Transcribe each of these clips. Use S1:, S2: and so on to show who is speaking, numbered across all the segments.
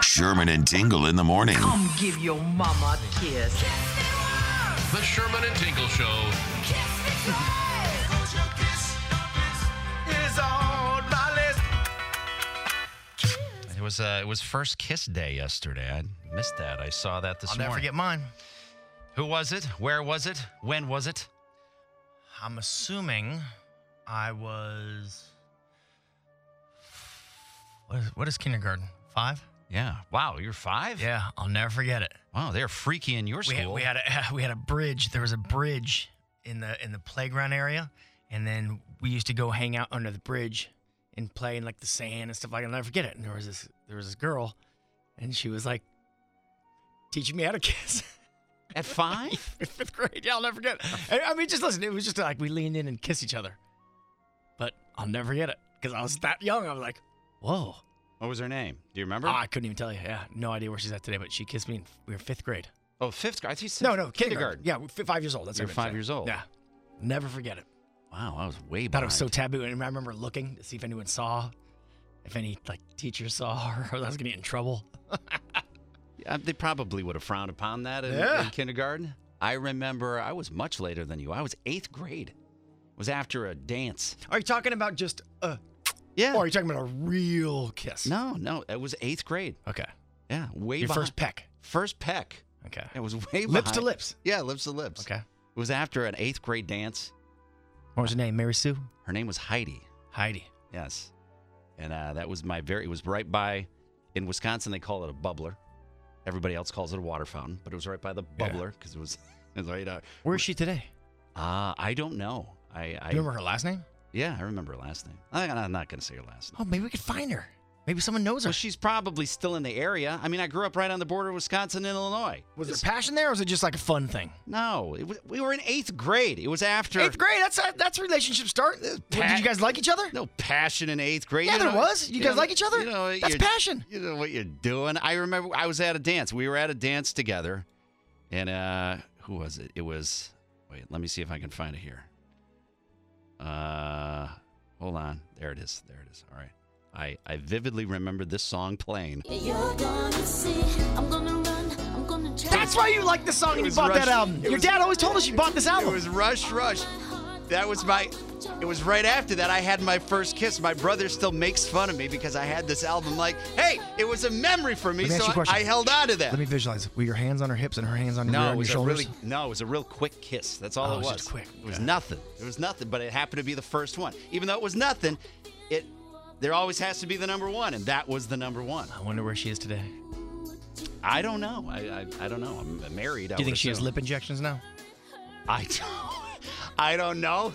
S1: Sherman and Tingle in the morning.
S2: Come give your mama a kiss.
S3: The Sherman and Tingle Show.
S4: It was uh, it was first kiss day yesterday. I missed that. I saw that this
S5: I'll
S4: morning.
S5: never forget mine.
S4: Who was it? Where was it? When was it?
S5: I'm assuming I was. What is, what is kindergarten? Five?
S4: Yeah. Wow, you're five.
S5: Yeah, I'll never forget it.
S4: Wow, they're freaky in your
S5: We
S4: school.
S5: had, we had a we had a bridge. There was a bridge in the in the playground area, and then we used to go hang out under the bridge and play in like the sand and stuff like. That. I'll never forget it. And there was this there was this girl, and she was like teaching me how to kiss.
S4: at five.
S5: fifth grade. Yeah, I'll never forget. it. I mean, just listen. It was just like we leaned in and kissed each other, but I'll never forget it because I was that young. I was like, whoa.
S4: what was her name? Do you remember?
S5: Ah, I couldn't even tell you. Yeah, no idea where she's at today, but she kissed me. In, we were fifth grade.
S4: oh, fifth grade. I think you said
S5: No, no,
S4: kindergarten.
S5: kindergarten. Yeah, we're fi- five years old. That's
S4: You're
S5: what
S4: five
S5: I meant to say.
S4: years old.
S5: Yeah, never forget it.
S4: Wow, I was way
S5: Thought
S4: behind.
S5: it was so taboo, and I remember looking to see if anyone saw, if any like teachers saw, or I was gonna get in trouble.
S4: Uh, they probably would have frowned upon that in,
S5: Yeah.
S4: in kindergarten. I remember I was much later than you. I was eighth grade. It was after a dance.
S5: Are you talking about just a?
S4: Yeah.
S5: Or are you talking about a real kiss?
S4: no, no, it was eighth grade.
S5: Okay.
S4: Yeah, way
S5: Your
S4: behind.
S5: first peck.
S4: First peck.
S5: Okay.
S4: It was way
S5: Lips to
S4: behind.
S5: lips.
S4: Yeah, lips to lips.
S5: Okay.
S4: It was after an eighth grade dance.
S5: What was her name? Mary Sue.
S4: Her name was Heidi.
S5: Heidi.
S4: Yes. And uh, that was my very, it was right by, in Wisconsin, they call it a bubbler. Everybody else calls it a water fountain, but it was right by the
S5: Yeah.
S4: bubbler because it was, it was right out.
S5: Where is she today?
S4: Uh, I don't know. I, I
S5: Do you remember her last name?
S4: Yeah, I remember her last name. I, I'm not going to say her last name.
S5: Oh, maybe we could find her. Maybe someone knows her.
S4: Well, she's probably still in the area. I mean, I grew up right on the border of Wisconsin and Illinois.
S5: was there passion there, or was it just like a fun thing?
S4: No, it, w- we were in eighth grade. It was after.
S5: Eighth grade. That's that's relationship start.
S4: pa-
S5: Did you guys like each other?
S4: No passion in eighth grade.
S5: Yeah, there was. You guys
S4: know-
S5: like each other?
S4: You know, what
S5: That's
S4: you're-
S5: passion.
S4: You know what you're doing. I remember I was at a dance. We were at a dance together, and uh who was it? It was. Wait, let me see if I can find it here. Uh, hold on. There it is. There it is. All right. I I vividly remember this song playing.
S6: You're gonna see, I'm gonna run, I'm gonna try.
S5: That's why you liked this song and you
S4: was
S5: bought
S4: Rush-
S5: that album.
S4: it
S5: Your
S4: was-
S5: dad always told us you bought this
S4: It
S5: album.
S4: was Rush Rush. That was my. It was right after that I had my first kiss. My brother still makes fun of me because I had this album. Like, hey, it was a memory for me,
S5: Let me ask
S4: so
S5: you a question.
S4: I held on to that.
S5: Let me visualize. Were your hands on her hips and her hands on your,
S4: No,
S5: rear
S4: it
S5: and
S4: was
S5: your
S4: a
S5: shoulders?
S4: really no, it was a real quick kiss. That's all
S5: Oh,
S4: it
S5: it
S4: was.
S5: was just quick.
S4: It was
S5: Okay.
S4: nothing. It was nothing, but it happened to be the first one. Even though it was nothing, it there always has to be the number one, and that was the number one.
S5: I wonder where she is today.
S4: I don't know. I I, I don't know. I'm married.
S5: Do you think she has lip injections now?
S4: I don't. I don't know.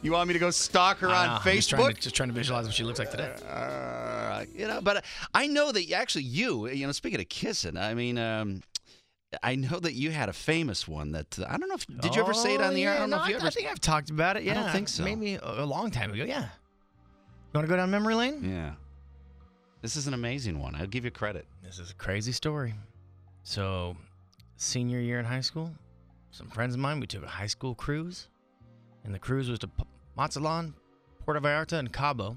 S4: You want me to go stalk her
S5: I
S4: on
S5: don't know. Ah, I'm Just trying,
S4: Facebook?
S5: to, just trying to visualize what she looks like today.
S4: Uh, you know, but I know that you- actually you, you know, speaking of kissing, I mean, um, I know that you had a famous one that uh, I don't know if did you ever say it
S5: Oh,
S4: on the air?
S5: yeah,
S4: I don't know
S5: no,
S4: if you ever.
S5: I think I've talked about it.
S4: I
S5: Yeah,
S4: don't think so.
S5: Maybe a, a long time ago. Yeah. You want to go down memory lane?
S4: Yeah. This is an amazing one. I'll give you credit.
S5: This is a crazy story. So, senior year in high school, some friends of mine we took a high school cruise, and the cruise was to P- Mazatlan, Puerto Vallarta, and Cabo.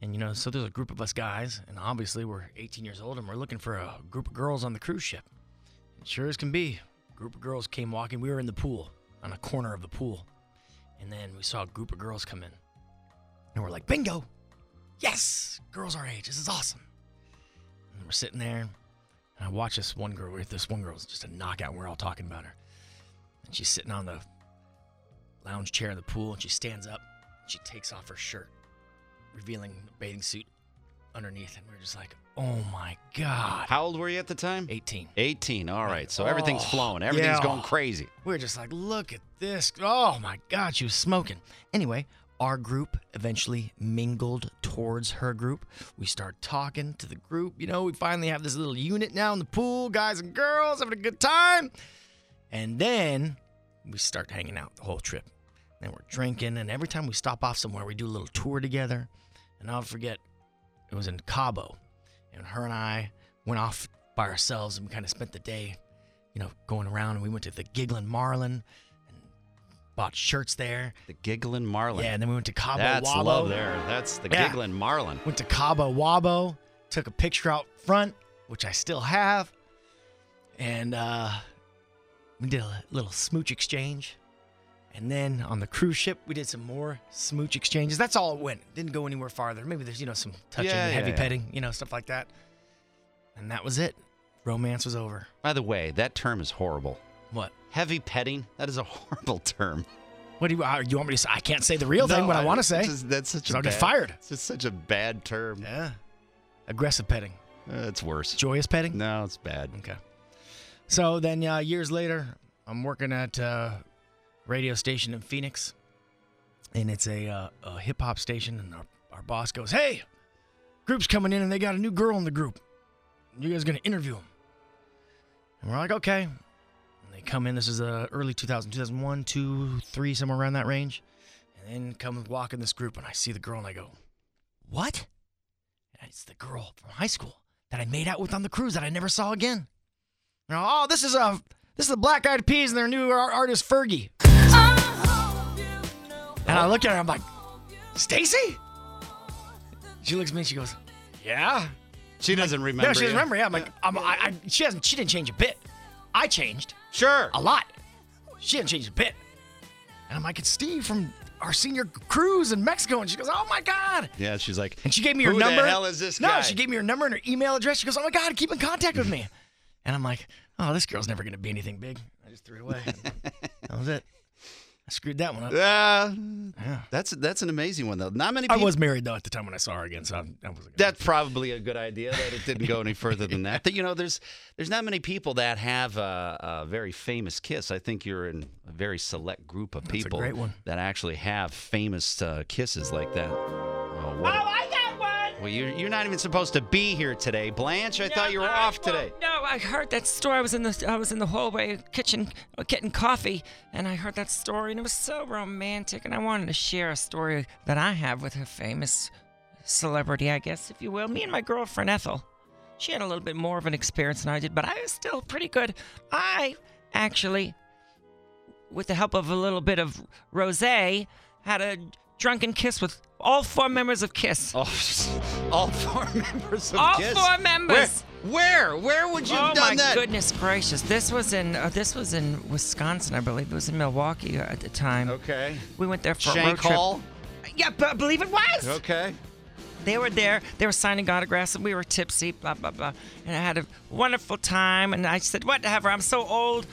S5: And you know, so there's a group of us guys, and obviously we're 18 years old, and we're looking for a group of girls on the cruise ship. And sure as can be, a group of girls came walking. We were in the pool, on a corner of the pool, and then we saw a group of girls come in, and we're like, "Bingo! Yes, girls our age. This is awesome." And we're sitting there, and I watch this one girl. With this one girl's just a knockout. We're all talking about her, and she's sitting on the lounge chair in the pool, and she stands up. And she takes off her shirt, revealing a bathing suit underneath, and we're just like, "Oh my god!"
S4: How old were you at the time?
S5: 18.
S4: 18. All right. So everything's flowing. Everything's
S5: Oh, yeah.
S4: going crazy.
S5: We're just like, look at this. Oh my God, she was smoking. Anyway, Our group eventually mingled towards her group. We start talking to the group. You know, we finally have this little unit now in the pool, guys and girls having a good time. And then we start hanging out the whole trip. And we're drinking, and every time we stop off somewhere, we do a little tour together. And I'll forget, it was in Cabo. And her and I went off by ourselves and we kind of spent the day, you know, going around. And we went to the Giggling Marlin and bought shirts there.
S4: The giggling marlin.
S5: Yeah, and then we went to Cabo
S4: That's
S5: Wabo.
S4: love there. That's the
S5: Yeah.
S4: giggling marlin.
S5: Went to Cabo Wabo, took a picture out front, which I still have, and uh, we did a little smooch exchange. And then on the cruise ship, we did some more smooch exchanges. That's all it went. Didn't go anywhere farther. Maybe there's you know some touching,
S4: Yeah, yeah,
S5: heavy
S4: yeah.
S5: petting, you know stuff like that. And that was it. Romance was over.
S4: By the way, that term is horrible.
S5: What?
S4: Heavy petting, that is a horrible term.
S5: What do you, uh, you want me to say? I can't say the real thing, but I, want to say.
S4: Just, that's such
S5: So
S4: a
S5: I'll get
S4: bad-
S5: fired.
S4: It's just such a bad term.
S5: yeah. Aggressive petting.
S4: Uh, it's worse.
S5: Joyous petting.
S4: No, it's bad.
S5: Okay. So then, uh, years later, I'm working at uh, radio station in Phoenix, and it's a, uh, a hip hop station. And our, our boss goes, "Hey, group's coming in, and they got a new girl in the group. You guys gonna interview them?" And we're like, "Okay." And they come in. This is uh, early 2000, 2001, 2, 3, somewhere around that range. And then come walk in this group, and I see the girl, and I go, "What?" And it's the girl from high school that I made out with on the cruise that I never saw again. You know, oh, this is a this is the Black Eyed Peas and their new ar- artist Fergie. And I look at her, I'm like, Stacy? She looks at me, and she goes, Yeah.
S4: She doesn't remember.
S5: no, she doesn't
S4: you.
S5: remember. Yeah, I'm like, I'm, I, I, she hasn't. She didn't change a bit. I changed
S4: Sure.
S5: a lot. She didn't change a bit. And I'm like, It's Steve from our senior cruise in Mexico, and she goes, Oh my God.
S4: Yeah, she's like,
S5: And she gave me
S4: Who
S5: her number.
S4: the hell is this
S5: No,
S4: guy?
S5: she gave me her number and her email address. She goes, "Oh my god, keep in contact with me." And I'm like, "Oh, this girl's never gonna be anything big." I just threw it away. that was it. I screwed that one up.
S4: Uh,
S5: Yeah.
S4: that's that's an amazing one though. Not many
S5: I
S4: people.
S5: was married though at the time when I saw her again, so I, I wasn't. Gonna
S4: That's probably a good idea that it didn't go any further than that. That, You know, there's there's not many people that have a, a very famous kiss. I think you're in a very select group of
S5: a
S4: people
S5: great one.
S4: that actually have famous uh, kisses like that. Oh, what a-
S2: I got one.
S4: well, you're, you're not even supposed to be here today, Blanche. I thought you were off today.
S7: No, I heard that story. I was in the I was in the hallway kitchen uh, getting coffee, and I heard that story, and it was so romantic. And I wanted to share a story that I have with a famous celebrity, I guess, if you will. Me and my girlfriend Ethel. She had a little bit more of an experience than I did, but I was still pretty good. I actually, with the help of a little bit of rosé, had a drunken kiss with all four members of Kiss.
S4: Oh, all four members of
S7: All
S4: Kiss?
S7: four members.
S4: Where? Where, Where would you have
S7: oh
S4: done
S7: my
S4: that?
S7: goodness gracious! This was in uh, this was in Wisconsin, I believe. It was in Milwaukee at the time.
S4: Okay.
S7: We went there for a road
S4: Shank
S7: trip.
S4: Hall?
S7: Yeah, but I believe it was.
S4: Okay.
S7: They were there. They were signing autographs, and we were tipsy. Blah blah blah. And I had a wonderful time. And I said, "Whatever. I'm so old.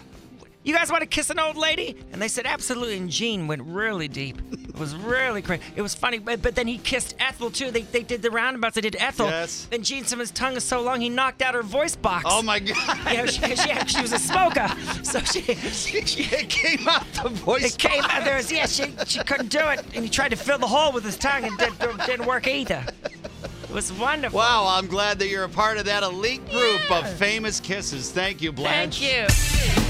S7: You guys want to kiss an old lady?" And they said, "Absolutely." And Gene went really deep. It was really crazy. It was funny. But, but then he kissed Ethel too. They, they did the roundabouts. They did Ethel.
S4: Yes.
S7: And Gene, some of his tongue is so long, he knocked out her voice box.
S4: Oh, my God.
S7: Yeah, she, she, she was a smoker, so she, she, she
S4: It came out the voice.
S7: it came out there. Was, yeah, she, she couldn't do it, and he tried to fill the hole with his tongue, and did, didn't work either. It was wonderful.
S4: Wow, I'm glad that you're a part of that elite group of famous kisses. Thank you, Blanche.
S7: Thank you.